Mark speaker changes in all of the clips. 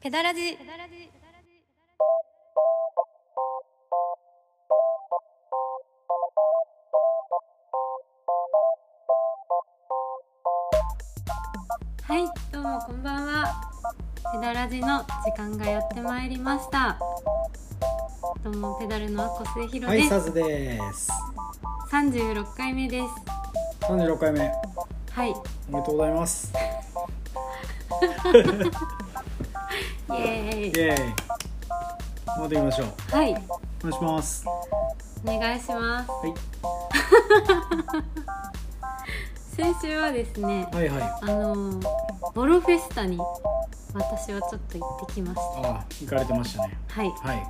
Speaker 1: ペダラジはいどうもこんばんはペダラジの時間がやってまいりましたどうもペダルのアッコ末広
Speaker 2: は
Speaker 1: で
Speaker 2: い、
Speaker 1: す、
Speaker 2: サズです。
Speaker 1: 36回目です
Speaker 2: 三十六回目、
Speaker 1: はいイ
Speaker 2: おめでとうございます。
Speaker 1: エーイ
Speaker 2: イエーイ。頑張っていきましょう。
Speaker 1: はい
Speaker 2: お願いします。は
Speaker 1: お願いします 先週はですね
Speaker 2: い、はい、はい。
Speaker 1: あのーボロフェスタに私はちょっと行ってきまし
Speaker 2: ああ、行かれてましたね。
Speaker 1: たはい
Speaker 2: はい。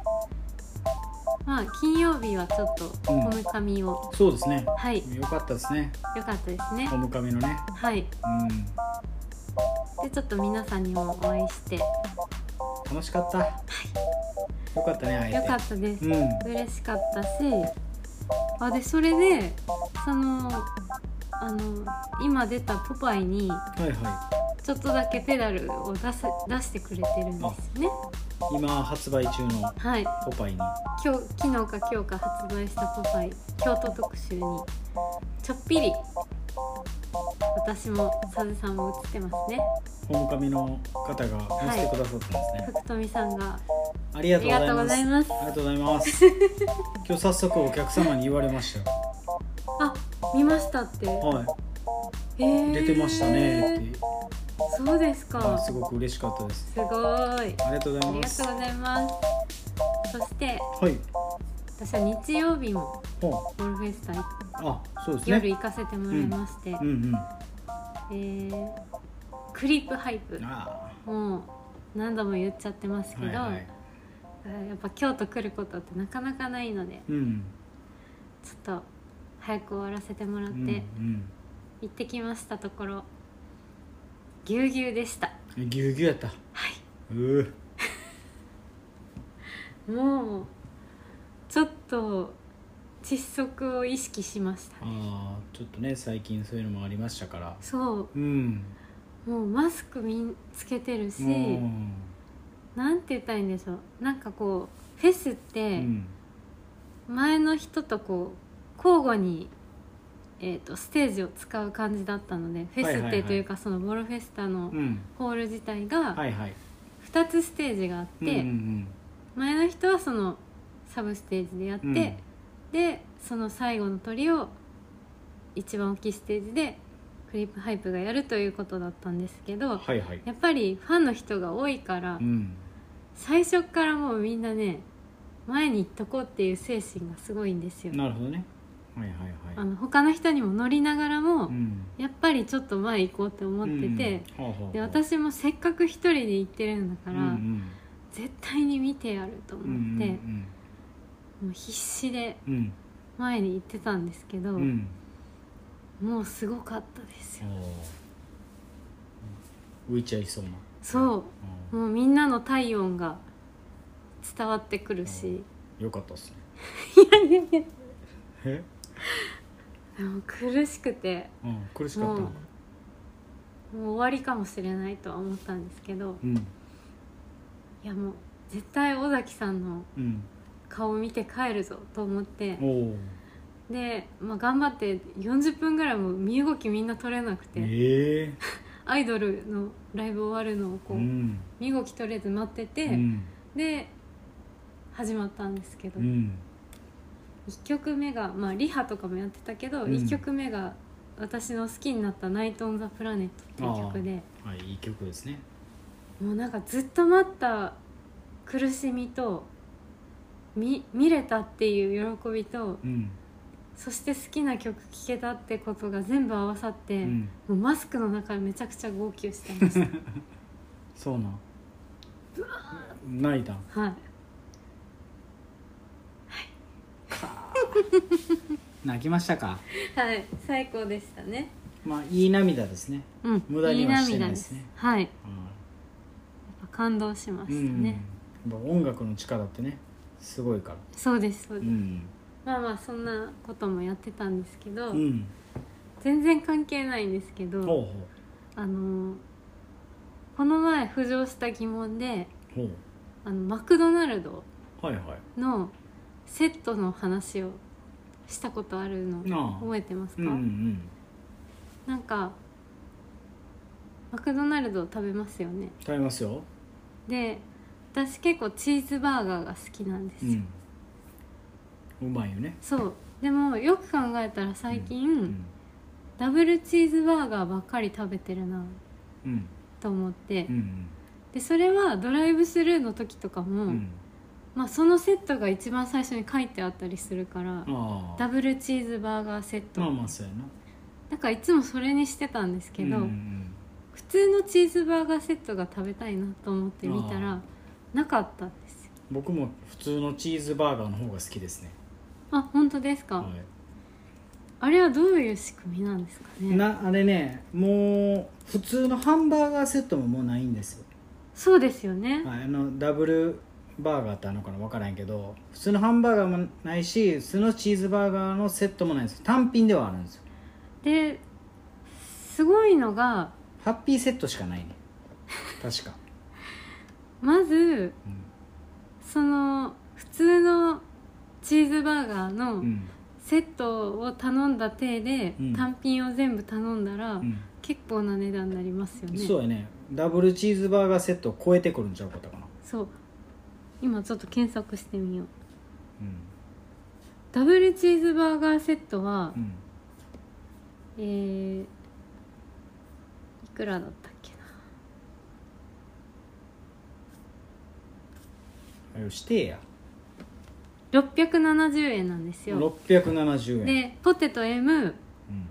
Speaker 1: まあ金曜日はちょっとこ
Speaker 2: うん
Speaker 1: めかみを、
Speaker 2: そうですね。
Speaker 1: はい
Speaker 2: よかったですね。
Speaker 1: 良かったですね
Speaker 2: こむかみのね。
Speaker 1: はい
Speaker 2: うん。
Speaker 1: でちょっと皆さんにもお会いして良
Speaker 2: 楽しかった。よかったね、会えて。
Speaker 1: かったです
Speaker 2: うん。
Speaker 1: 嬉しかったしあでそれでそのあの今出た「ポパイ」に
Speaker 2: はい、は
Speaker 1: ちょっとだけペダルを出す出してくれてるんですよね
Speaker 2: い。今発売中の
Speaker 1: はい
Speaker 2: ポパイに。
Speaker 1: 今日昨日か今日か発売した「ポパイ」京都特集にちょっぴり私もサズさんも映ってますね
Speaker 2: こむかみの方が載せてくださったんですね。
Speaker 1: 福富さんが
Speaker 2: ありが
Speaker 1: あ
Speaker 2: と
Speaker 1: り
Speaker 2: うご
Speaker 1: が
Speaker 2: ざ
Speaker 1: と
Speaker 2: い
Speaker 1: うござ
Speaker 2: ま
Speaker 1: いま
Speaker 2: す。
Speaker 1: す
Speaker 2: ありがとうございます。 今日早速お客様に言われましたよ。
Speaker 1: あ見ましたって、
Speaker 2: は
Speaker 1: え
Speaker 2: い。
Speaker 1: ー
Speaker 2: 出てましたねって、
Speaker 1: そうですか
Speaker 2: あ
Speaker 1: す
Speaker 2: すごく嬉しかったです
Speaker 1: ごーい
Speaker 2: ありがとうご
Speaker 1: あ
Speaker 2: ざい
Speaker 1: り
Speaker 2: ま
Speaker 1: が
Speaker 2: す
Speaker 1: とうございますそして
Speaker 2: はい
Speaker 1: 私は日曜日も
Speaker 2: ほ
Speaker 1: ゴルフェスタ
Speaker 2: うあそうです
Speaker 1: 夜
Speaker 2: ね
Speaker 1: 行かせてもらいまして、
Speaker 2: うんうんあ
Speaker 1: えークリープハイプ
Speaker 2: あ
Speaker 1: もう何度も言っちゃってますけ
Speaker 2: は
Speaker 1: ど、
Speaker 2: いはい
Speaker 1: やっぱ京都来ることってなかなかないので
Speaker 2: うん
Speaker 1: ちょっと早く終わらせてもらっ
Speaker 2: う
Speaker 1: て、
Speaker 2: んうん
Speaker 1: 行ってきましたところぎゅうぎゅうでした
Speaker 2: えぎゅうぎゅうやったはいうー
Speaker 1: もうちょっと窒息を意識しましたね
Speaker 2: ああちょっとね最近そういうのもありましたから
Speaker 1: そ
Speaker 2: うん
Speaker 1: うもうマスクみんつけてるし、
Speaker 2: うん
Speaker 1: なんて言ったらいいんでしょうなんかこうフェスっ
Speaker 2: う
Speaker 1: て
Speaker 2: ん
Speaker 1: 前の人とこう交互に、えー、とステージを使う感じだったのでフ
Speaker 2: はい
Speaker 1: ェスっ
Speaker 2: はいは
Speaker 1: て
Speaker 2: い
Speaker 1: というかそのボロフェスタの
Speaker 2: うん
Speaker 1: ホール自体が
Speaker 2: はいはい
Speaker 1: 2つステージがあって、
Speaker 2: うんうん
Speaker 1: 前の人はそのサブステージでやって、
Speaker 2: うんうん
Speaker 1: でその最後の鳥を一番大きいステージでクリップハイプがやるということだったんですけど
Speaker 2: はいはい
Speaker 1: やっぱりファンの人が多いから、
Speaker 2: うん
Speaker 1: 最初からもうみんなね前に行っとこうっていう精神がすごいんですよ。
Speaker 2: なるほどねはいはい
Speaker 1: あ
Speaker 2: はい
Speaker 1: の他の人にも乗りながらも、
Speaker 2: うん
Speaker 1: やっぱりちょっと前行こうって思ってて、
Speaker 2: うんほうほうほう
Speaker 1: で私もせっかく一人で行ってるんだから、
Speaker 2: うん
Speaker 1: 絶対に見てやると思
Speaker 2: う
Speaker 1: っ
Speaker 2: んうん
Speaker 1: て、
Speaker 2: うん
Speaker 1: もう必死で
Speaker 2: うん
Speaker 1: 前に行ってたんですけど、
Speaker 2: うんうん
Speaker 1: もうすごかったですよ、
Speaker 2: 浮いちゃいそうな
Speaker 1: そ
Speaker 2: うん
Speaker 1: うもうみんなの体温が伝わってくる し、
Speaker 2: よかったっすね
Speaker 1: いやいやい
Speaker 2: え、
Speaker 1: やもう苦しくて
Speaker 2: うん、苦しかっ
Speaker 1: も
Speaker 2: た
Speaker 1: もう終わりかもしれないとは思ったんですけど
Speaker 2: うん
Speaker 1: いやもう絶対尾崎さんの
Speaker 2: うん
Speaker 1: 顔を見て帰るぞと思って
Speaker 2: おお
Speaker 1: で、まあ、頑張って40分ぐらいもう身動きみんな取れなくて、
Speaker 2: ええ
Speaker 1: アイドルのライブ終わるのをこ
Speaker 2: う
Speaker 1: う、
Speaker 2: ん
Speaker 1: 身動き取れず待ってて、
Speaker 2: うん
Speaker 1: で始まったんですけど、
Speaker 2: うん
Speaker 1: 1曲目が、まあ、リハとかもやってたけど、
Speaker 2: うん
Speaker 1: 1曲目が私の好きになった「ナイト・オン・ザ・プラネット」っていう曲で
Speaker 2: はいいい曲ですね
Speaker 1: もうなんかずっと待った苦しみと見見れたっていう喜びと
Speaker 2: うん
Speaker 1: そして好きな曲聴けたってことが全部合わさって、
Speaker 2: うん
Speaker 1: もうマスクの中でめちゃくちゃ号泣してま し
Speaker 2: そうなん泣いたん
Speaker 1: たはい
Speaker 2: 泣きましたか
Speaker 1: はい最高でしたね
Speaker 2: まあいい涙ですね
Speaker 1: うん
Speaker 2: 無駄にはして
Speaker 1: 涙
Speaker 2: ないですね
Speaker 1: はいやっ
Speaker 2: う
Speaker 1: ぱ感動しました
Speaker 2: んうんや
Speaker 1: ね、
Speaker 2: っぱ音楽の力ってねすごいから
Speaker 1: そうですそう
Speaker 2: う
Speaker 1: です、
Speaker 2: ん
Speaker 1: まあまあそんなこともやってたんですけど、
Speaker 2: うん
Speaker 1: 全然関係ないんですけど
Speaker 2: ほうほ
Speaker 1: あのーこの前浮上した疑問で
Speaker 2: ほう
Speaker 1: あのマクドナルド
Speaker 2: はいはい
Speaker 1: のセットの話をしたことあるの
Speaker 2: ああ
Speaker 1: 覚えてます
Speaker 2: う
Speaker 1: か、
Speaker 2: んうん
Speaker 1: なんかマクドナルドを食べますよね
Speaker 2: 食べますよ
Speaker 1: で私結構チーズバーガーが好きなんです
Speaker 2: う
Speaker 1: よ、
Speaker 2: んうまいよね
Speaker 1: そうでもよく考えたら最近、
Speaker 2: うん
Speaker 1: ダブルチーズバーガーばっかり食べてるな
Speaker 2: うん
Speaker 1: と思って、
Speaker 2: うん
Speaker 1: でそれはドライブスルーの時とかも、
Speaker 2: うんうん
Speaker 1: まあ、そのセットが一番最初に書いてあったりするから、
Speaker 2: あ
Speaker 1: ダ
Speaker 2: あ
Speaker 1: ブルチーズバーガーセット、
Speaker 2: まあまあそうやな
Speaker 1: なんかいつもそれにしてたんですけど、
Speaker 2: うんうん
Speaker 1: 普通のチーズバーガーセットが食べたいなと思って見た
Speaker 2: あ
Speaker 1: らなかったんですよ
Speaker 2: 僕も普通のチーズバーガーの方が好きですね
Speaker 1: あ本当ですか、
Speaker 2: はい
Speaker 1: あれはどういう仕組みなんですかね
Speaker 2: なあれねもう普通のハンバーガーセットももうないんですよ、
Speaker 1: そうですよね、
Speaker 2: はい、あのダブルバーガーってあるのかな分からへんけど普通のハンバーガーもないし普通のチーズバーガーのセットもないんですよ単品ではあるんですよ
Speaker 1: ですごいのが
Speaker 2: ハッピーセットしかないね 確か、
Speaker 1: まず
Speaker 2: う
Speaker 1: その普通のチーズバーガー
Speaker 2: んう
Speaker 1: の
Speaker 2: ん
Speaker 1: セットを頼んだ体で
Speaker 2: うん
Speaker 1: 単品を全部頼んだら
Speaker 2: うん
Speaker 1: 結構な値段になりますよね
Speaker 2: そうやねダブルチーズバーガーセットを超えてくるんちゃうことかな、
Speaker 1: そう今ちょっと検索してみよう
Speaker 2: うん
Speaker 1: ダブルチーズバーガーセットは、
Speaker 2: うん、
Speaker 1: えー、いくらだったっけな
Speaker 2: あれをしてや
Speaker 1: 670円なんですよ
Speaker 2: 670円、
Speaker 1: でポテト M
Speaker 2: うん、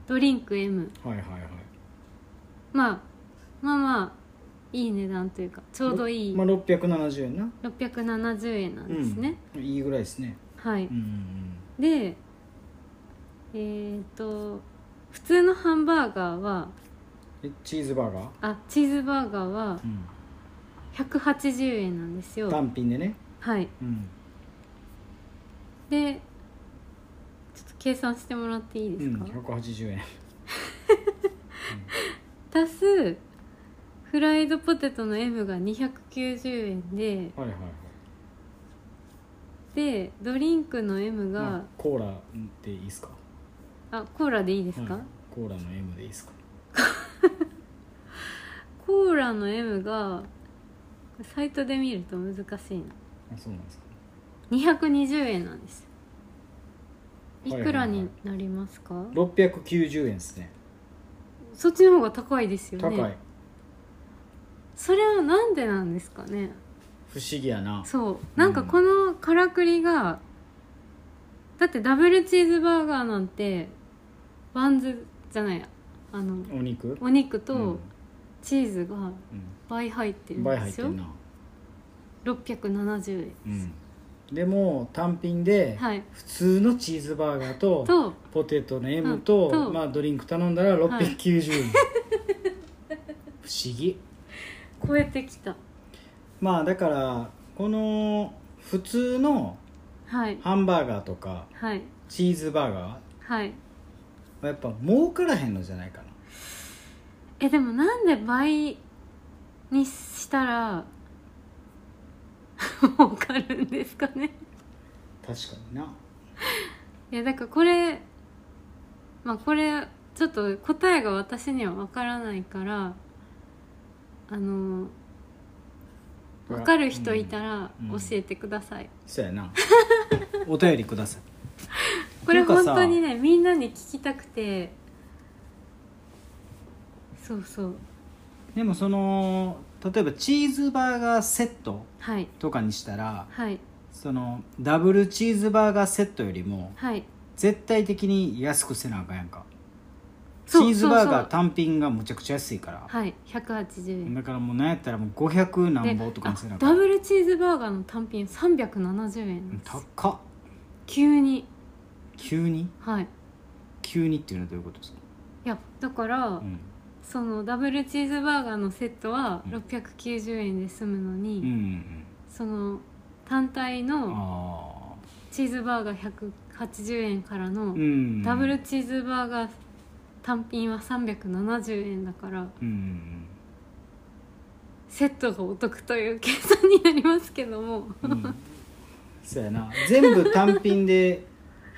Speaker 1: ドリンク M
Speaker 2: はいはいはい
Speaker 1: まあまあまあいい値段というかちょうどいい
Speaker 2: まあ、670円な
Speaker 1: 670円なんですね、、
Speaker 2: うん、いいぐらいですね
Speaker 1: はい
Speaker 2: うんうん
Speaker 1: でえー、っと普通のハンバーガーは
Speaker 2: うんえチーズバーガー、
Speaker 1: あチーズバーガーは
Speaker 2: うん、
Speaker 1: 180円なんですよ
Speaker 2: 単品でね、
Speaker 1: はい
Speaker 2: うん
Speaker 1: でちょっと計算してもらっていいうです
Speaker 2: ん、
Speaker 1: か、
Speaker 2: 180円
Speaker 1: 足すフライドポテトの M が290円で
Speaker 2: はいはいはい
Speaker 1: でドリンクの M が、
Speaker 2: まあコーラでいいですか
Speaker 1: あコーラでいいですか、
Speaker 2: はいコーラの M でいいですか
Speaker 1: コーラの M がサイトで見ると難しいな
Speaker 2: あそうなんですか
Speaker 1: 220円なんですい
Speaker 2: はい
Speaker 1: くらになりますか、
Speaker 2: 690円ですね
Speaker 1: そっちの方が高いですよ
Speaker 2: 高
Speaker 1: ね
Speaker 2: い
Speaker 1: それはなんでなんですかね
Speaker 2: 不思議やな
Speaker 1: そうなんかこのからくりが、だってダブルチーズバーガーなんてバンズじゃないあの
Speaker 2: お肉
Speaker 1: お肉
Speaker 2: う
Speaker 1: と
Speaker 2: ん
Speaker 1: チーズが
Speaker 2: う
Speaker 1: 倍入ってる
Speaker 2: ん、
Speaker 1: ん
Speaker 2: 倍
Speaker 1: で
Speaker 2: 入っ
Speaker 1: す
Speaker 2: て
Speaker 1: よ、
Speaker 2: んな、
Speaker 1: 670
Speaker 2: う
Speaker 1: 円
Speaker 2: ん、でも単品で、
Speaker 1: はい
Speaker 2: 普通のチーズバーガーと
Speaker 1: と
Speaker 2: ポテトの M
Speaker 1: うん
Speaker 2: と、
Speaker 1: と
Speaker 2: まあ、ドリンク頼んだら690円、不思議
Speaker 1: 超えてきた
Speaker 2: まあだからこの普通の
Speaker 1: はい
Speaker 2: ハンバーガーとか
Speaker 1: はい
Speaker 2: チーズバーガーは
Speaker 1: はい
Speaker 2: やっぱ儲からへんのじゃないかな
Speaker 1: えでもなんで倍にしたら 儲かるんですかね
Speaker 2: 確かにない
Speaker 1: やだからこれまあこれちょっと答えが私には分からないからあの分かる人いた
Speaker 2: うん
Speaker 1: ら
Speaker 2: う
Speaker 1: 教
Speaker 2: ん
Speaker 1: えてください、
Speaker 2: そうやな お便りください
Speaker 1: これ
Speaker 2: っていうか
Speaker 1: 本
Speaker 2: さ
Speaker 1: 当にねみんなに聞きたくてそうそう
Speaker 2: でもその例えばチーズバーガーセット
Speaker 1: はい
Speaker 2: とかにしたら
Speaker 1: はい
Speaker 2: そのダブルチーズバーガーセットよりも
Speaker 1: はい
Speaker 2: 絶対的に安くせなあかんやんかチ
Speaker 1: そう
Speaker 2: ーズバー
Speaker 1: そう
Speaker 2: ガ
Speaker 1: そ
Speaker 2: ー
Speaker 1: う
Speaker 2: 単品がむちゃくちゃ安いから、
Speaker 1: はい180円
Speaker 2: だからもうなんやったらもう500何
Speaker 1: で
Speaker 2: 本とかにせな
Speaker 1: あ
Speaker 2: あか
Speaker 1: ダ
Speaker 2: ん
Speaker 1: ブルチーズバーガーの単品370円なんです
Speaker 2: 高っ
Speaker 1: 急に
Speaker 2: 急に
Speaker 1: はい
Speaker 2: 急にっていうのはどういうことですか、
Speaker 1: いやだから、
Speaker 2: うん
Speaker 1: そのダブルチーズバーガーのセットは
Speaker 2: うん
Speaker 1: 690円で済むのに、
Speaker 2: うんうんうん、
Speaker 1: その単体の
Speaker 2: ああ
Speaker 1: チーズバーガー180円からの
Speaker 2: うん
Speaker 1: ダブルチーズバーガー単品は370円だから
Speaker 2: うん
Speaker 1: セットがお得という計算になりますけども
Speaker 2: うん、そうやな全部単品で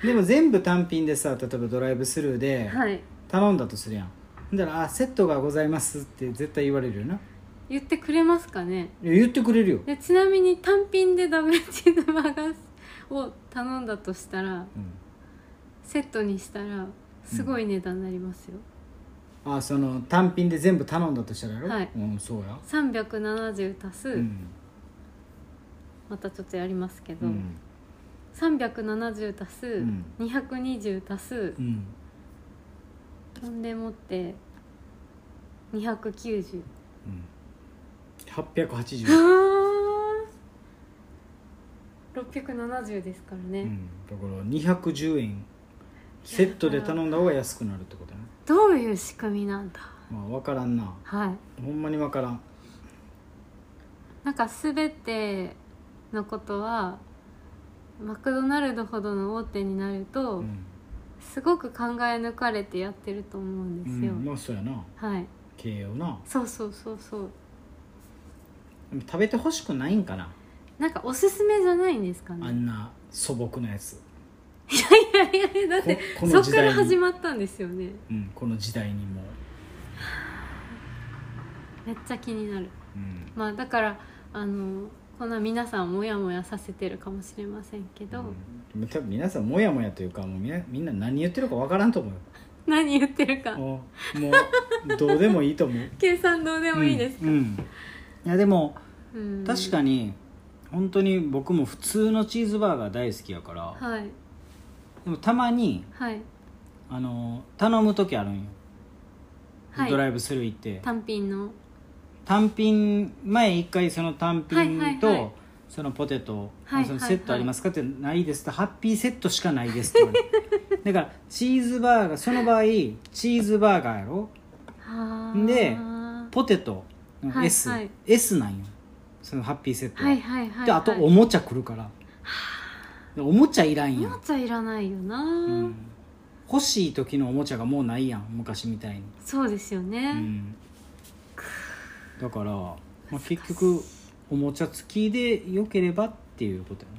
Speaker 2: でも全部単品でさ例えばドライブスルーで
Speaker 1: はい
Speaker 2: 頼んだとするやんほんだら「あセットがございます」って絶対言われるよな
Speaker 1: 言ってくれますかね
Speaker 2: いや言ってくれるよ、
Speaker 1: でちなみに単品でダブルチーズバーガーを頼んだとしたら
Speaker 2: うん、
Speaker 1: セットにしたらすごい値段になりますよ、
Speaker 2: あその単品で全部頼んだとしたらやろ、
Speaker 1: はい
Speaker 2: うんそうや
Speaker 1: 370足す、
Speaker 2: うん、
Speaker 1: またちょっとやりますけ
Speaker 2: う
Speaker 1: ど、
Speaker 2: ん
Speaker 1: 370足す、
Speaker 2: ん
Speaker 1: 220足す
Speaker 2: う、ん、
Speaker 1: ほんでもって290
Speaker 2: うん、880、
Speaker 1: あー670ですからね、
Speaker 2: うん、だから210円セットで頼んだ方が安くなるってことね
Speaker 1: どういう仕組みなんだ
Speaker 2: まあ分からんな
Speaker 1: はい
Speaker 2: ほんまに分からん
Speaker 1: なんか全てのことはマクドナルドほどの大手になると、
Speaker 2: うん、
Speaker 1: すごく考え抜かれてやってると思うん
Speaker 2: う
Speaker 1: ですよ、
Speaker 2: ん、まあそうやな
Speaker 1: はい
Speaker 2: 経営をな
Speaker 1: そうそうそうそう
Speaker 2: でも食べてほしくないんかな
Speaker 1: なんかおすすめじゃ ないんですか
Speaker 2: あ
Speaker 1: ね
Speaker 2: んな素朴なやつ、
Speaker 1: いやいやいやだって
Speaker 2: ここ
Speaker 1: そ
Speaker 2: の
Speaker 1: っ
Speaker 2: 時
Speaker 1: か
Speaker 2: 代
Speaker 1: ら
Speaker 2: に
Speaker 1: 始まったんですよね
Speaker 2: うん、この時代にも、
Speaker 1: めっちゃ気になる
Speaker 2: うん
Speaker 1: まあだからあのこんな皆さんモヤモヤさせてるかもしれませんけど、
Speaker 2: うんでも多分皆さんもやもやというかもうみなみんな何言ってるか分からんと思うよ
Speaker 1: 何言ってるか
Speaker 2: もうもうどうでもいいと思う
Speaker 1: 計算どうでもいいですか、
Speaker 2: うんうんいやでも
Speaker 1: うん
Speaker 2: 確かに本当に僕も普通のチーズバーガー大好きやから、
Speaker 1: はい
Speaker 2: でもたまに
Speaker 1: はい
Speaker 2: あの頼む時あるんよ、
Speaker 1: はい
Speaker 2: ドライブスルー行って
Speaker 1: 単品の
Speaker 2: 単品前一回その単品
Speaker 1: はいはいはい
Speaker 2: とそのポテト、
Speaker 1: はいはいはい
Speaker 2: そのセットありますかってないですってハッピーセットしかないですって言わ れてだからチーズバーガーその場合チーズバーガーやろ
Speaker 1: は
Speaker 2: で
Speaker 1: は
Speaker 2: ポテトの S、
Speaker 1: はいはい
Speaker 2: S なんよそのハッピーセットは、
Speaker 1: いはいはい
Speaker 2: であとお
Speaker 1: お
Speaker 2: もちゃ来るから、でおもちゃいらんや
Speaker 1: も
Speaker 2: ん、
Speaker 1: ちゃいらないよな、
Speaker 2: うん欲しい時のおもちゃがもうないやん昔みたいに、
Speaker 1: そうですよ
Speaker 2: う
Speaker 1: ね、
Speaker 2: ん、だから、まあ、結局おもちゃ付きでよければっていうことやな、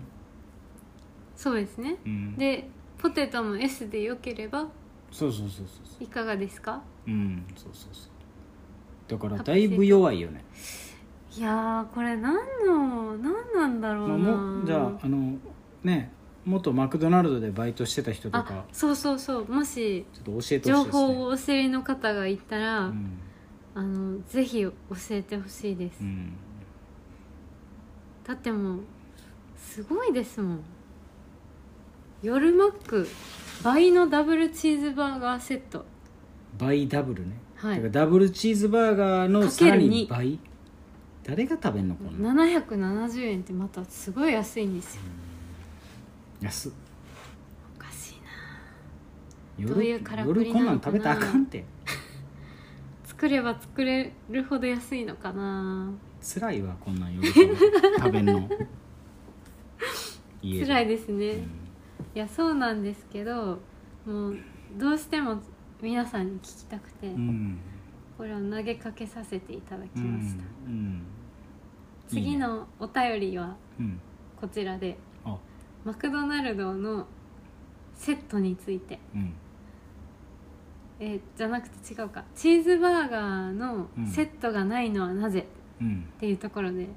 Speaker 1: そうですね
Speaker 2: うん、
Speaker 1: でポテトも S でよければ
Speaker 2: そうそうそうそうそ
Speaker 1: いかがですか
Speaker 2: ううんそうそうそうだからだいぶ弱いよね、
Speaker 1: いやーこれ何の何なんだろ
Speaker 2: まあ、
Speaker 1: うな、
Speaker 2: もじゃああのね元マクドナルドでバイトしてた人と
Speaker 1: あ
Speaker 2: か
Speaker 1: そうそうそうもし
Speaker 2: ちょっと教えてほしいです、ね、
Speaker 1: 情報をお知りの方がいたら、
Speaker 2: うん、
Speaker 1: あのぜひ教えてほしいです、
Speaker 2: うん、
Speaker 1: だってもうすごいですもん夜マック倍のダブルチーズバーガーセット
Speaker 2: バイダブルね、
Speaker 1: はい
Speaker 2: だからダブルチーズバーガーの
Speaker 1: か
Speaker 2: さ
Speaker 1: ける
Speaker 2: らに
Speaker 1: に
Speaker 2: 倍誰が食べんのこんな
Speaker 1: 770円ってまたすごい安いんですよ
Speaker 2: 安っ
Speaker 1: おかしいな
Speaker 2: 夜
Speaker 1: どういうからくり
Speaker 2: 夜こん
Speaker 1: な
Speaker 2: なん
Speaker 1: のかな
Speaker 2: 食べたらあかんって
Speaker 1: 作れば作れるほど安いのかな
Speaker 2: 辛いわこんなん夜食べん の家
Speaker 1: 辛いですね、
Speaker 2: うん
Speaker 1: いやそうなんですけどもうどうしても皆さんに聞きたくて、
Speaker 2: うん
Speaker 1: これを投げかけさせていただき
Speaker 2: う
Speaker 1: ました、
Speaker 2: んうん
Speaker 1: 次のお便りは
Speaker 2: うん
Speaker 1: こちらで
Speaker 2: あ
Speaker 1: マクドナルドのセットについて
Speaker 2: うん
Speaker 1: えーじゃなくて違うかチーズバーガーの
Speaker 2: うん
Speaker 1: セットがないのはなぜ
Speaker 2: うん
Speaker 1: っていうところで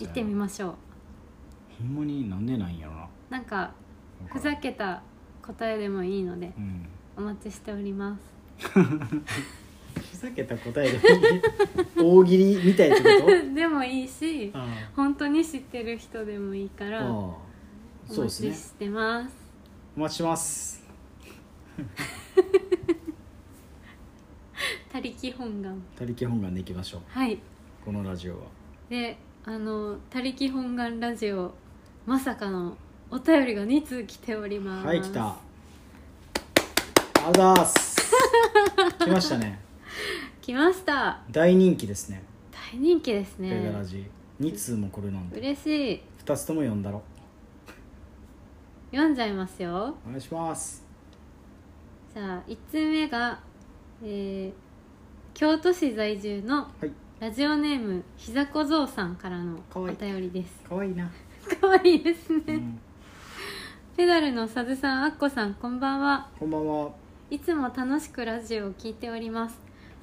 Speaker 1: 行ってみましょう
Speaker 2: ほんまになんでなんやろな
Speaker 1: なんかふざけた答えでもいいので
Speaker 2: うん
Speaker 1: お待ちしております
Speaker 2: ふざけた答えで大喜利みたいってこ
Speaker 1: でもいいし
Speaker 2: とあ
Speaker 1: 本当に知ってる人でもいいか
Speaker 2: あ
Speaker 1: らお
Speaker 2: ああそうで
Speaker 1: 待
Speaker 2: すね
Speaker 1: ちしてます
Speaker 2: お待ちします
Speaker 1: 「他力本願
Speaker 2: 他力本願でいきましょう」
Speaker 1: はい
Speaker 2: このラジオは
Speaker 1: であの「他力本願ラジオ」まさかのお便りが2通来ております
Speaker 2: はい来たあざーす来ましたね
Speaker 1: 来ました
Speaker 2: 大人気ですね
Speaker 1: 大人気です
Speaker 2: 「ペガ
Speaker 1: ね
Speaker 2: ラジ」2通もこれなんで
Speaker 1: 嬉しい
Speaker 2: 2つとも読んだろ
Speaker 1: 読んじゃいますよ
Speaker 2: お願いします
Speaker 1: じゃあ1通目が、えー京都市在住の
Speaker 2: はい
Speaker 1: ラジオネームひざこぞうさんからの
Speaker 2: か
Speaker 1: お
Speaker 2: わいい
Speaker 1: 便りです
Speaker 2: かわいいな、
Speaker 1: かわいいですね、
Speaker 2: うん、
Speaker 1: ペダルのさずさんあっこさんこんばんは
Speaker 2: こんばんはい
Speaker 1: つも楽しくラジオを聞いております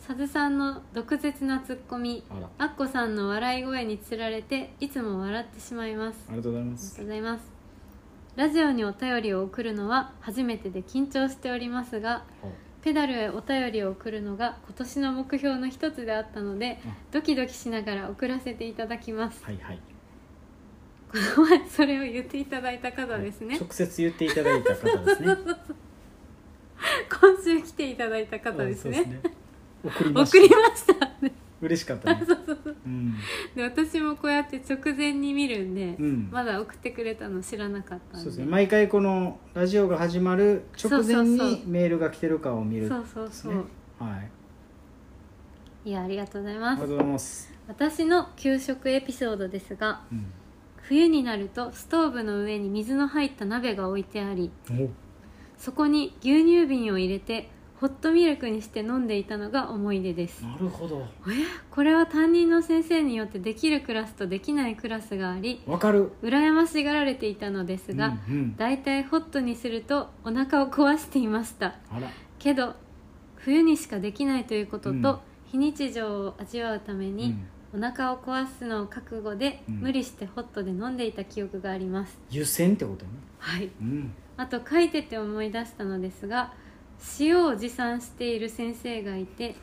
Speaker 1: さずさんの毒舌なツッコミ
Speaker 2: あら
Speaker 1: あっこさんの笑い声につられていつも笑ってしまいます
Speaker 2: ありがとうございま
Speaker 1: ありが
Speaker 2: す
Speaker 1: とうございますラジオにお便りを送るのは初めてで緊張しておりますがペダルへお便りを送るのが今年の目標の一つであったので
Speaker 2: あ
Speaker 1: ドキドキしながら送らせていただきます
Speaker 2: はいはい
Speaker 1: この前 それを言っていただいた方ですね
Speaker 2: 直接言っていただいた 方ですね
Speaker 1: 今週来ていただいた方ですね
Speaker 2: うんそうですね送りま
Speaker 1: 送り
Speaker 2: した
Speaker 1: ましたね
Speaker 2: 嬉しかったね
Speaker 1: そうそうそう
Speaker 2: うん
Speaker 1: で私もこうやって直前に見るんで、
Speaker 2: うん
Speaker 1: まだ送ってくれたの知らなかったん
Speaker 2: そ
Speaker 1: で
Speaker 2: うですね毎回このラジオが始まる直
Speaker 1: そう
Speaker 2: 前
Speaker 1: そう
Speaker 2: に
Speaker 1: そう
Speaker 2: メールが来てるかを見る
Speaker 1: そうそう
Speaker 2: です
Speaker 1: そう、
Speaker 2: ねはい
Speaker 1: いやありがとうござい
Speaker 2: あ
Speaker 1: ま
Speaker 2: りが
Speaker 1: す
Speaker 2: とうございます、
Speaker 1: 私の給食エピソードですが
Speaker 2: うん
Speaker 1: 冬になるとストーブの上に水の入った鍋が置いてありそこに牛乳瓶を入れてホットミルクにして飲んでいたのが思い出です
Speaker 2: なるほど
Speaker 1: これは担任の先生によってできるクラスとできないクラスがあり
Speaker 2: わかる
Speaker 1: 羨ましがられていたのですが、
Speaker 2: うんうん、
Speaker 1: だいたいホットにするとお腹を壊していました
Speaker 2: あら
Speaker 1: けど冬にしかできないということと、
Speaker 2: うん
Speaker 1: 非日常を味わうために、
Speaker 2: うん
Speaker 1: お腹を壊すのを覚悟で、
Speaker 2: うん
Speaker 1: 無理してホットで飲んでいた記憶があります
Speaker 2: 湯煎ってことね
Speaker 1: はい
Speaker 2: うん
Speaker 1: あと書いてて思い出したのですが塩を持参している先生がいて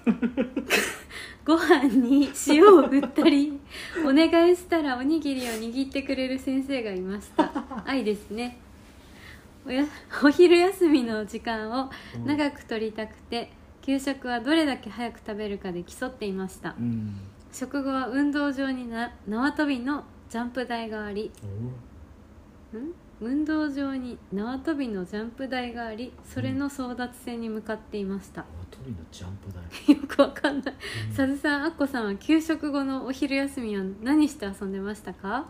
Speaker 1: ご飯に塩を振ったりお願いしたらおにぎりを握ってくれる先生がいました愛ですねおやお昼休みの時間を長く取りたくて給食はどれだけ早く食べるかで競っていました
Speaker 2: うん
Speaker 1: 食後は運動場にな縄跳びのジャンプ台がありん運動場に縄跳びのジャンプ台がありそれの争奪戦に向かっていま した、
Speaker 2: 縄跳びのジャンプ台
Speaker 1: よくわかんない、さずさんあっこさんは給食後のお昼休みは何して遊んでましたか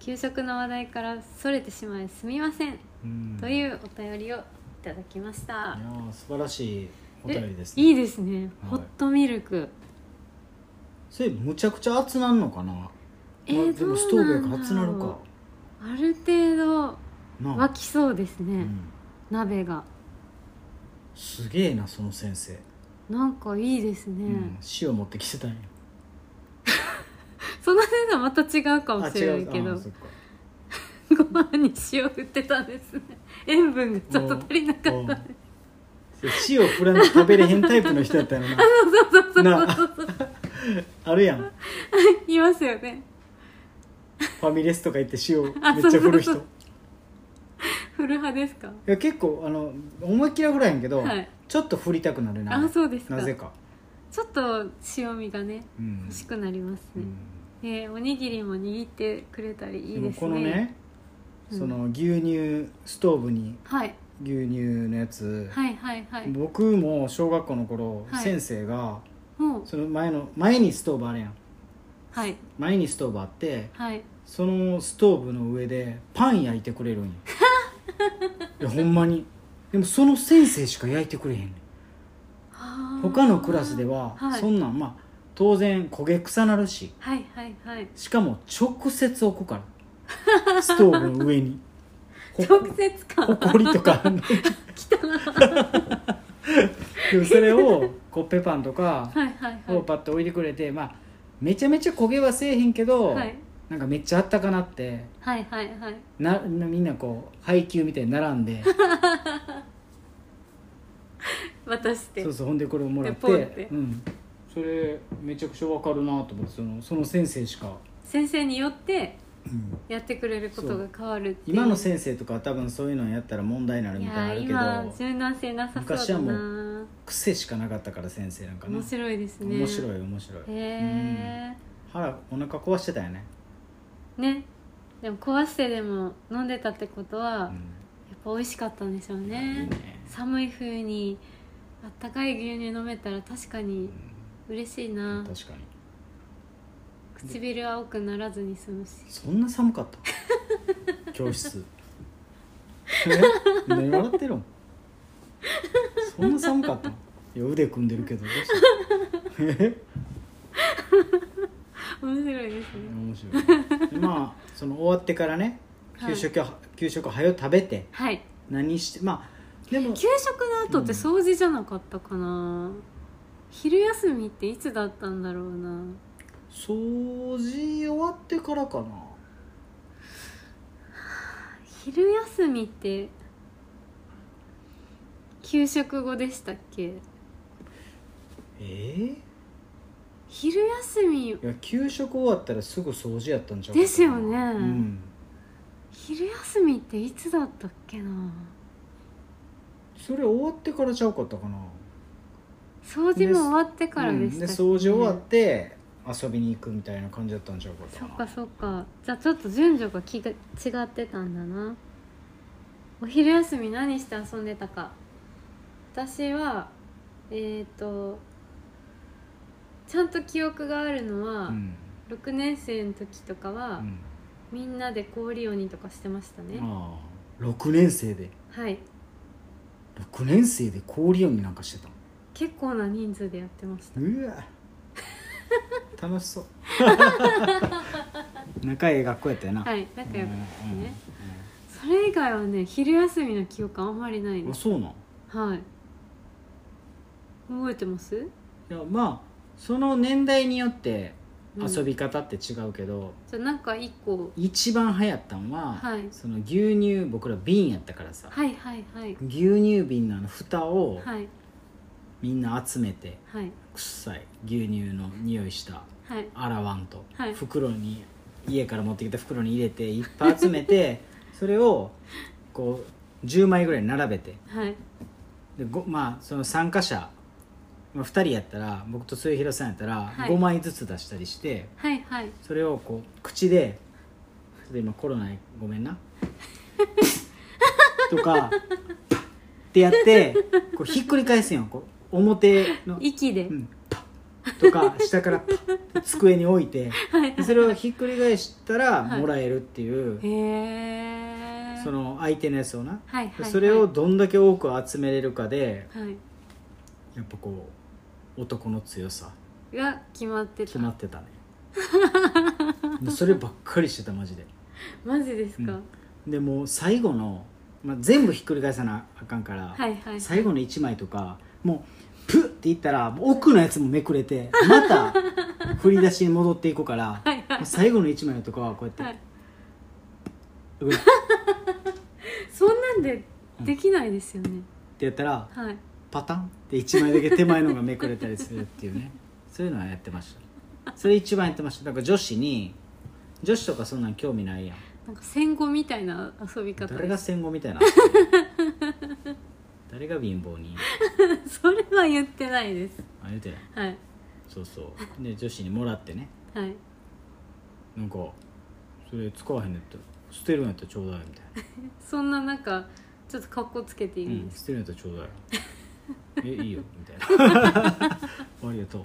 Speaker 1: 給食の話題からそれてしまいすみません、
Speaker 2: うん
Speaker 1: と
Speaker 2: い
Speaker 1: いうお便りをいただきました
Speaker 2: やー素晴らしいお便りです
Speaker 1: え
Speaker 2: ね
Speaker 1: いいですね、
Speaker 2: はい
Speaker 1: ホットミルク
Speaker 2: それむちゃくちゃ熱なんのかな、
Speaker 1: えー
Speaker 2: まあでもストーブやか
Speaker 1: どう
Speaker 2: ら
Speaker 1: なん
Speaker 2: 熱
Speaker 1: だろ
Speaker 2: な
Speaker 1: う
Speaker 2: るか
Speaker 1: ある程
Speaker 2: な
Speaker 1: 度
Speaker 2: あ
Speaker 1: 湧きそうですね、
Speaker 2: うん、
Speaker 1: 鍋が
Speaker 2: すげえなその先生、
Speaker 1: なんかいいですね、
Speaker 2: うん、塩持ってきてたんや
Speaker 1: その先生はまた違うかも
Speaker 2: あ
Speaker 1: し
Speaker 2: 違
Speaker 1: れないうけど
Speaker 2: あそっか
Speaker 1: ご飯に塩振ってたんですね 塩分がちょっと足りなかった
Speaker 2: うん塩振らんと食べれへんタイプの人やったよな
Speaker 1: そうそうそう
Speaker 2: なあるやん
Speaker 1: いますよね
Speaker 2: ファミレスとか行って塩
Speaker 1: あ
Speaker 2: めっちゃ振る
Speaker 1: そうそう
Speaker 2: 人
Speaker 1: そう古派ですか
Speaker 2: いや結構あの思いっきりは振らへんけど、
Speaker 1: はい
Speaker 2: ちょっと振りたくなるな
Speaker 1: あそうですか
Speaker 2: なぜか、
Speaker 1: ちょっと塩味がね
Speaker 2: うん
Speaker 1: 欲しくなります
Speaker 2: う
Speaker 1: ね、
Speaker 2: ん
Speaker 1: えーおにぎりも握ってくれたりいいですね
Speaker 2: もこのね、
Speaker 1: うん
Speaker 2: その牛乳ストーブに
Speaker 1: はい、
Speaker 2: 牛乳のやつ、
Speaker 1: はいはいはい
Speaker 2: 僕も小学校の頃、
Speaker 1: はい
Speaker 2: 先生が
Speaker 1: もう
Speaker 2: その前の前にストーブあるやん
Speaker 1: はい
Speaker 2: 前にストーブあって
Speaker 1: はい
Speaker 2: そのストーブの上でパン焼いてくれ るんよいやほんまにでもその先生しか焼いてくれへんねん他のクラスでは
Speaker 1: はい
Speaker 2: そんなん、まあ当然焦げ臭なるし
Speaker 1: はいはいはい
Speaker 2: しかも直接置くからストーブの上にほ
Speaker 1: 直接感
Speaker 2: ほこりとかでもそれをコッペパンとか
Speaker 1: はいはいは
Speaker 2: を
Speaker 1: い
Speaker 2: パッと置いてくれてまあめちゃめちゃ焦げはせえへんけど、
Speaker 1: はい
Speaker 2: なんかめっちゃあったかなって
Speaker 1: はいはいはい
Speaker 2: なみんなこう配給みたいに並んで
Speaker 1: 渡して
Speaker 2: そうそうほんでこれをもらっ
Speaker 1: でポン
Speaker 2: て
Speaker 1: って
Speaker 2: うん、それめちゃくちゃわかるなと思ってそのその先生しか、
Speaker 1: 先生によって
Speaker 2: うん
Speaker 1: やってくれることが変わるっていう
Speaker 2: 今の先生とかは多分そういうのやったら問題になる
Speaker 1: い
Speaker 2: み
Speaker 1: や
Speaker 2: たい
Speaker 1: ー
Speaker 2: なのあ
Speaker 1: 今
Speaker 2: るけど
Speaker 1: 柔軟性なさそうだ
Speaker 2: 昔は
Speaker 1: な
Speaker 2: 癖しかなかったから先生なんかな
Speaker 1: 面白いですね
Speaker 2: 面白い面白い
Speaker 1: へえ
Speaker 2: 腹お腹壊してたよね、
Speaker 1: ねでも壊してでも飲んでたってことは、
Speaker 2: う
Speaker 1: やっ
Speaker 2: ん
Speaker 1: ぱ美味しかったんでしょうね
Speaker 2: ね
Speaker 1: 寒い冬にあったかい牛乳飲めたら確かに嬉しいな
Speaker 2: 確かに
Speaker 1: 唇青くならずに済むし
Speaker 2: そんな寒かった 教室え何笑ってるんそんな寒かったんいや腕組んでるけどどうしたえ
Speaker 1: 面白いですね
Speaker 2: 面白いまあその終わってからね
Speaker 1: はい
Speaker 2: 給食は、給食はよ食べて
Speaker 1: はい
Speaker 2: 何してまあでも
Speaker 1: 給食の後って掃除じゃなかったかな、昼休みっていつだったんだろうな
Speaker 2: 掃除終わってからかな
Speaker 1: 昼休みって給食後でしたっけ
Speaker 2: ええ
Speaker 1: 昼休み
Speaker 2: いや給食終わったらすぐ掃除やったんちゃうかな
Speaker 1: ですよね
Speaker 2: うん
Speaker 1: 昼休みっていつだったっけな
Speaker 2: それ終わってからちゃうかったかな
Speaker 1: 掃除も終わってから
Speaker 2: うん
Speaker 1: で
Speaker 2: で
Speaker 1: したっけ、
Speaker 2: 掃除終わって遊びに行くみたいな感じだったんちゃうかった
Speaker 1: そ
Speaker 2: か
Speaker 1: っ
Speaker 2: な
Speaker 1: かそっかじゃあちょっと順序が気が違ってたんだなお昼休み何して遊んでたか私はえっ、とちゃんと記憶があるのは、
Speaker 2: うん
Speaker 1: 6年生の時とかは、
Speaker 2: うん
Speaker 1: みんなで氷鬼とかしてましたね
Speaker 2: ああ6年生で
Speaker 1: はい
Speaker 2: 6年生で氷読みなんかしてたの
Speaker 1: 結構な人数でやってました
Speaker 2: うわ楽しそう 仲いい学校やったよな
Speaker 1: はい仲良かったですね
Speaker 2: う
Speaker 1: それ以外はね昼休みの記憶あんまりない
Speaker 2: んうんうん
Speaker 1: で
Speaker 2: あ
Speaker 1: す
Speaker 2: そうなん
Speaker 1: はい覚えてます、
Speaker 2: いやまあその年代によって
Speaker 1: うん
Speaker 2: 遊び方って違うけど、
Speaker 1: じゃあなんか一個
Speaker 2: 一番流行ったんは、
Speaker 1: はい
Speaker 2: その牛乳僕ら瓶やったからさ、
Speaker 1: はいはいはい
Speaker 2: 牛乳瓶のあの蓋を
Speaker 1: はい
Speaker 2: みんな集めて、
Speaker 1: はい
Speaker 2: 臭い牛乳の匂いした
Speaker 1: はい
Speaker 2: 洗わんと、
Speaker 1: はい
Speaker 2: 袋に家から持ってきた袋に入れていっぱい集 めてそれをこう10枚ぐらい並べて
Speaker 1: はい
Speaker 2: でごまあその参加者2人やったら僕と末広さんやったら
Speaker 1: はい
Speaker 2: 5枚ずつ出したりして、
Speaker 1: はいはい
Speaker 2: それをこう口でちょっと今コロナやごめ んなとかってやってこうひっくり返すんよこう表の
Speaker 1: 息で、
Speaker 2: うん、パッとか下からパッと机に置いてでそれをひっくり返したら
Speaker 1: はい
Speaker 2: もらえるっていう、
Speaker 1: へえ
Speaker 2: その相手のやつをな、
Speaker 1: はいはい、はい、
Speaker 2: それをどんだけ多く集めれるかで
Speaker 1: はい
Speaker 2: やっぱこう男の強さ
Speaker 1: が決まって
Speaker 2: 決
Speaker 1: た
Speaker 2: まっ てたねもうそればっかりしてたマジで
Speaker 1: マジですか、
Speaker 2: うんでもう最後の、まあ、全部ひっくり返さなあかんから、
Speaker 1: はいはい
Speaker 2: 最後の1枚とかもうプッっていったらもう奥のやつもめくれてま た振り出しに戻っていくか
Speaker 1: は
Speaker 2: ら
Speaker 1: いはい
Speaker 2: もう最後の1枚のとかはこうやって、
Speaker 1: はい
Speaker 2: うわっ
Speaker 1: そんなんでできないですよね、
Speaker 2: てやったら
Speaker 1: はい
Speaker 2: パタンって1枚だけ手前のがめくれたりするっていうねそういうのはやってましたそれ一番やってましただから女子に女子とかそんなん興味ないやん
Speaker 1: なんか戦後みたいな遊び方
Speaker 2: 誰
Speaker 1: で
Speaker 2: が
Speaker 1: す
Speaker 2: 戦後みたいな誰が貧乏に
Speaker 1: それは言ってないです
Speaker 2: あ言うてない
Speaker 1: はい
Speaker 2: そうそうで女子にもらってね
Speaker 1: はい
Speaker 2: なんかそれ使わへんねんって捨てるんやったらちょうだいみたいな
Speaker 1: そんななんかちょっと格好つけているん
Speaker 2: うん
Speaker 1: です、
Speaker 2: 捨てるんやったらちょうだい えいいよみたいな ありがとう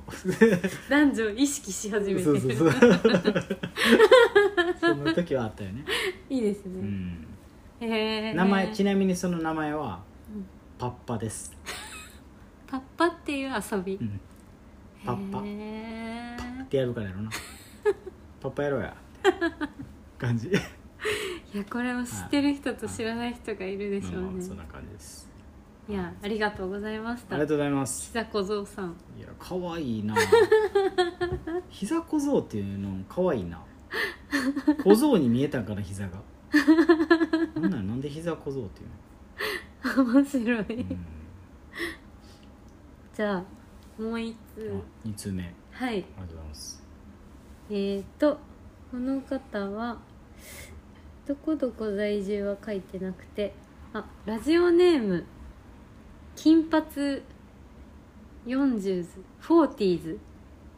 Speaker 1: 男女意識し始めて
Speaker 2: そう
Speaker 1: る
Speaker 2: そ うそうそんな時はあったよね、
Speaker 1: いいです
Speaker 2: う
Speaker 1: ね、
Speaker 2: ん、
Speaker 1: へえ
Speaker 2: 名前ちなみにその名前は
Speaker 1: うん
Speaker 2: パッパです、
Speaker 1: パッパっていう遊び
Speaker 2: うん、パッパ
Speaker 1: へー
Speaker 2: ってやるから やろなパッパやろうやみたいな感じ
Speaker 1: いやこれを知ってる人と知らない人がいるでしょう
Speaker 2: まあまあそん
Speaker 1: ね
Speaker 2: な感じです
Speaker 1: いやありがとうございまし
Speaker 2: あ
Speaker 1: た
Speaker 2: りがとうございます
Speaker 1: 膝小僧さん
Speaker 2: いや可愛 いな膝小僧っていうの可愛いな小僧に見えたんかな膝がなんなんなんで膝小僧っていう
Speaker 1: 面白い、
Speaker 2: の、
Speaker 1: じゃあもう一
Speaker 2: う
Speaker 1: 通
Speaker 2: ん、あ2通目あり
Speaker 1: はい
Speaker 2: がとうございます
Speaker 1: えーとこの方はどこどこ在住は書いてなくてあラジオネーム金髪40ズ40ズ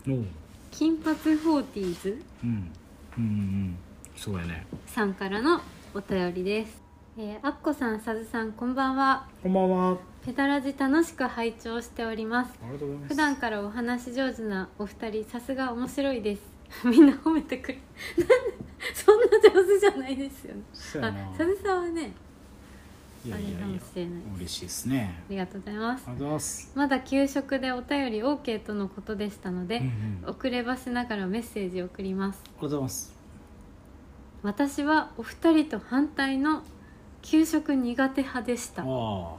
Speaker 2: おう
Speaker 1: 金髪40ズ
Speaker 2: うんうんうんそうやね
Speaker 1: さんからのお便りです、えー、あっこさんさずさんこんばんは
Speaker 2: こんばんは
Speaker 1: ペタラジ楽しく拝聴しております
Speaker 2: ありがとうございます
Speaker 1: 普段からお話し上手なお二人さすが面白いです みんな褒めてくれ そんな上手じゃないですよね
Speaker 2: そうや
Speaker 1: あ
Speaker 2: な
Speaker 1: さずさんはね
Speaker 2: いやいやいや
Speaker 1: あれかもしれない
Speaker 2: 嬉しいですね
Speaker 1: ありがとうございます
Speaker 2: ありがとうございます、
Speaker 1: まだ給食でお便り OK とのことでしたので、
Speaker 2: うんうん、ありがと
Speaker 1: 遅ればせながらメッセージを送ります
Speaker 2: うございます
Speaker 1: 私はお二人と反対の給食苦手派でし
Speaker 2: あ
Speaker 1: た
Speaker 2: あ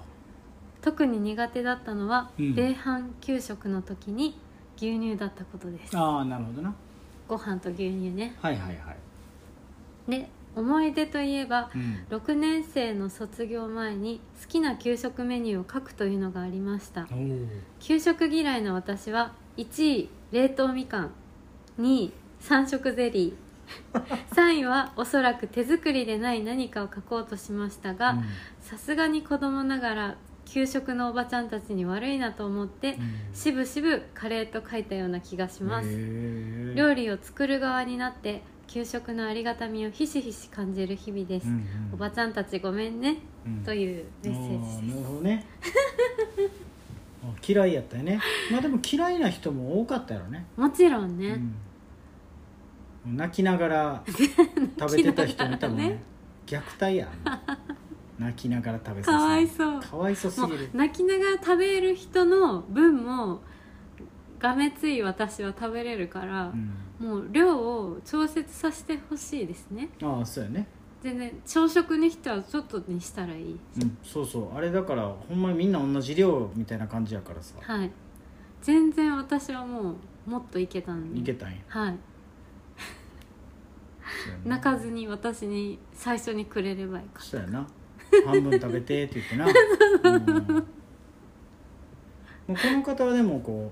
Speaker 1: 特に苦手だったのは、
Speaker 2: うん
Speaker 1: 米飯給食の時に牛乳だったことです
Speaker 2: ああなるほどな
Speaker 1: ご飯と牛乳ね
Speaker 2: はいはいはい、
Speaker 1: で思い出といえば
Speaker 2: うん、
Speaker 1: 6年生の卒業前に好きな給食メニューを書くというのがありました
Speaker 2: おお
Speaker 1: 給食嫌いの私は1位冷凍みかん2位三色ゼ リー3位はおそらく手作りでない何かを書こうとしましたが、
Speaker 2: うん
Speaker 1: さすがに子供ながら給食のおばちゃんたちに悪いなと思って、
Speaker 2: うん
Speaker 1: しぶしぶカレーと書いたような気がします、
Speaker 2: へえ
Speaker 1: 料理を作る側になって給食のありがたみをひしひし感じる日々です、
Speaker 2: うんうん
Speaker 1: おばちゃんたちごめんね、
Speaker 2: うん
Speaker 1: というメッセージで
Speaker 2: あ
Speaker 1: す
Speaker 2: なるほどね あ嫌いやったよねまあでも嫌いな人も多かったやろね
Speaker 1: もちろんね、
Speaker 2: うん、泣きな がら食べてた人もいたもんね虐待やん泣きながら食べさせる
Speaker 1: かわいそう
Speaker 2: かわいそうす
Speaker 1: も
Speaker 2: ぎ
Speaker 1: う
Speaker 2: る
Speaker 1: 泣きながら食べる人の分もがめつい私は食べれるから
Speaker 2: う、ん、
Speaker 1: もう量を調節させてほしいですね
Speaker 2: ああそうやね、
Speaker 1: 全然朝食にしてはちょっとにしたらいい
Speaker 2: うん、そうそうあれだからほんまにみんな同じ量みたいな感じやからさ、
Speaker 1: はい全然私はもうもっといけたんで
Speaker 2: いけたんや
Speaker 1: はい
Speaker 2: そうやな
Speaker 1: 泣かずに私に最初にくれればいいか
Speaker 2: そうやな半分食べてって言ってな、うんもうこの方はでもこ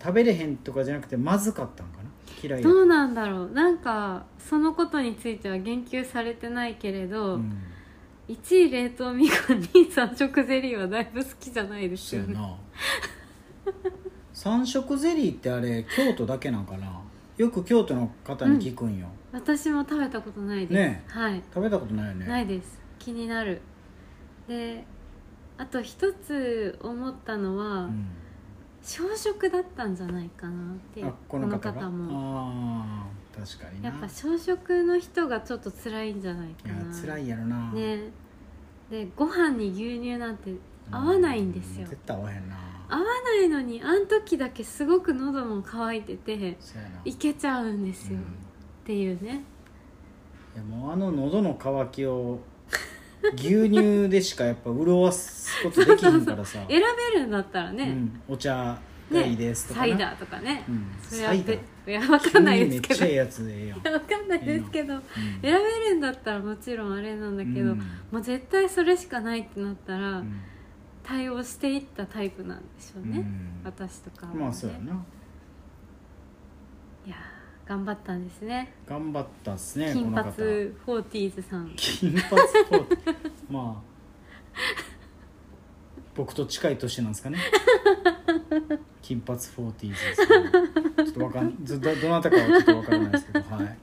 Speaker 2: う食べれへんとかじゃなくてまずかったんかな嫌いや
Speaker 1: どうなんだろうなんかそのことについては言及されてないけれど、
Speaker 2: うん、
Speaker 1: 1位冷凍みかんに三色ゼリーはだいぶ好きじゃないです
Speaker 2: そう
Speaker 1: よ
Speaker 2: や
Speaker 1: ね
Speaker 2: な三色ゼリーってあれ京都だけなんかなよく京都の方に聞くんよ、
Speaker 1: 私も食べたことないです、
Speaker 2: ね
Speaker 1: はい
Speaker 2: 食べたことないよね
Speaker 1: ないです気になるであと一つ思ったのは、
Speaker 2: うん
Speaker 1: 小食だったんじゃないかなって
Speaker 2: あこの方が
Speaker 1: も
Speaker 2: ああ確かにな
Speaker 1: やっぱ小食の人がちょっと辛いんじゃないか
Speaker 2: いや
Speaker 1: な
Speaker 2: 辛いやろな、
Speaker 1: ねでご飯に牛乳なんて合わないんです
Speaker 2: う
Speaker 1: よ
Speaker 2: 絶対合わへんな
Speaker 1: 合わないのにあん時だけすごく喉も渇いてて
Speaker 2: そうやない
Speaker 1: けちゃうんですよ、
Speaker 2: うん
Speaker 1: っていうね
Speaker 2: いやもうあの喉の渇きを牛乳でしかやっぱ潤わすことできへんからさ
Speaker 1: 選べるんだったら
Speaker 2: う
Speaker 1: ね、
Speaker 2: ん、お茶が
Speaker 1: ね
Speaker 2: いいですとか
Speaker 1: サ
Speaker 2: な
Speaker 1: イダーとかね、
Speaker 2: うん
Speaker 1: それは
Speaker 2: サイダー
Speaker 1: べいやわかんないですけど
Speaker 2: 急にめっちゃええ
Speaker 1: い
Speaker 2: やつでええやん、
Speaker 1: やわかんないですけど、
Speaker 2: うん
Speaker 1: 選べるんだったらもちろんあれなんだけど、
Speaker 2: うん
Speaker 1: もう絶対それしかないってなったら、
Speaker 2: うん
Speaker 1: 対応していったタイプなんでしょうね、私とかは
Speaker 2: うん、
Speaker 1: ね
Speaker 2: まあそうやない
Speaker 1: やー頑張ったんですね
Speaker 2: 頑張ったっすね
Speaker 1: 金髪
Speaker 2: この方
Speaker 1: フォーティーズさん
Speaker 2: 金髪ポーズまあ僕と近い年なんですかね金髪フォーティーズですねちょっとわかんずどどなたかはちょっとわからないですけどはい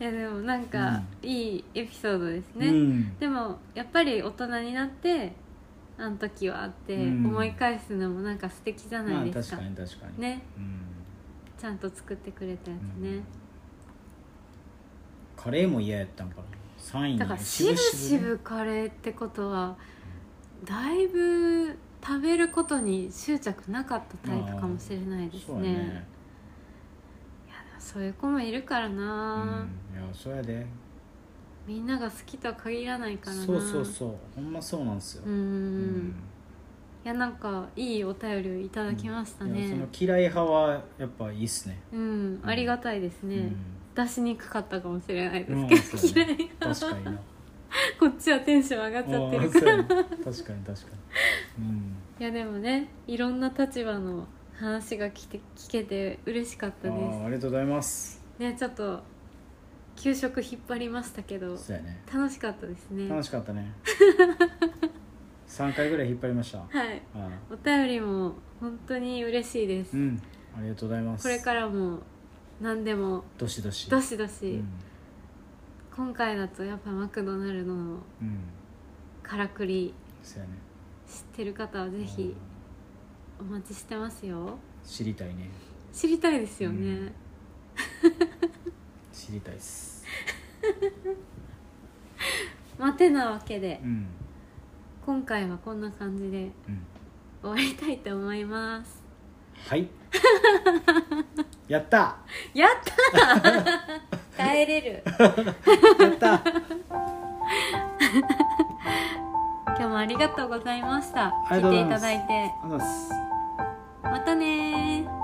Speaker 1: いやでもなんか、いいエピソードですね、
Speaker 2: うん、
Speaker 1: でもやっぱり大人になってあの時はって
Speaker 2: うん
Speaker 1: 思い返すのもなんか素敵じゃ
Speaker 2: ま
Speaker 1: な
Speaker 2: あ
Speaker 1: い
Speaker 2: 確
Speaker 1: ですか,、
Speaker 2: かに確かに、
Speaker 1: ね
Speaker 2: うん
Speaker 1: ちゃんと作ってくれたやつ
Speaker 2: う
Speaker 1: ね
Speaker 2: ん、カレーも嫌やったんかな3位に
Speaker 1: だからしぶしぶカレーってことはだいぶ食べることに執着なかったタイプかもしれないです
Speaker 2: そうや
Speaker 1: ね
Speaker 2: ね
Speaker 1: そういう子もいるから
Speaker 2: う
Speaker 1: な、
Speaker 2: んいやそうやで
Speaker 1: みんなが好きとは限らないからな
Speaker 2: そうそうそうほんまそうなんですよ、
Speaker 1: うん
Speaker 2: うん
Speaker 1: いやなんかいいお便りをいただきました
Speaker 2: いやそ
Speaker 1: ね
Speaker 2: の嫌い派はやっぱいいっすね
Speaker 1: うん、ありがたいですね、出しにくかったかもしれない
Speaker 2: うん
Speaker 1: です けど、
Speaker 2: うんそうや
Speaker 1: 嫌い
Speaker 2: ね確かに な
Speaker 1: こっちはテンション上がっちゃって
Speaker 2: あ
Speaker 1: る
Speaker 2: ー
Speaker 1: か
Speaker 2: そう
Speaker 1: ら
Speaker 2: やね確かに確かに、うん、
Speaker 1: いやでもねいろんな立場の話が聞け聞けて嬉しかっ
Speaker 2: あ
Speaker 1: たで
Speaker 2: ーありがとうございます
Speaker 1: すねちょっと給食引っ張りましたけど
Speaker 2: そうやね
Speaker 1: 楽しかったですね
Speaker 2: 楽しかっ たね3回ぐらい引っ張りましたあ
Speaker 1: はい
Speaker 2: ー
Speaker 1: お便りも本当に嬉しいです、
Speaker 2: うんありがとうございます
Speaker 1: これからも何でも
Speaker 2: どしどし
Speaker 1: どしどし、
Speaker 2: うん
Speaker 1: 今回だとやっぱマクドナルドの
Speaker 2: うん
Speaker 1: からくり
Speaker 2: そうやね
Speaker 1: 知ってる方はぜひお待ちしてますよ
Speaker 2: 知りたいね
Speaker 1: 知りたいですよね、
Speaker 2: うん知りたいっす
Speaker 1: まあてなわけで
Speaker 2: うん
Speaker 1: 今回はこんな感じで
Speaker 2: う
Speaker 1: 終
Speaker 2: ん
Speaker 1: わりたいと思い ます
Speaker 2: はい やった
Speaker 1: やったー帰れる
Speaker 2: やった
Speaker 1: 今日もありがとうございました
Speaker 2: あ
Speaker 1: 来
Speaker 2: りがとうご
Speaker 1: て
Speaker 2: ざ
Speaker 1: い
Speaker 2: い
Speaker 1: ただ
Speaker 2: ます
Speaker 1: いて
Speaker 2: ありがとうございます
Speaker 1: またねー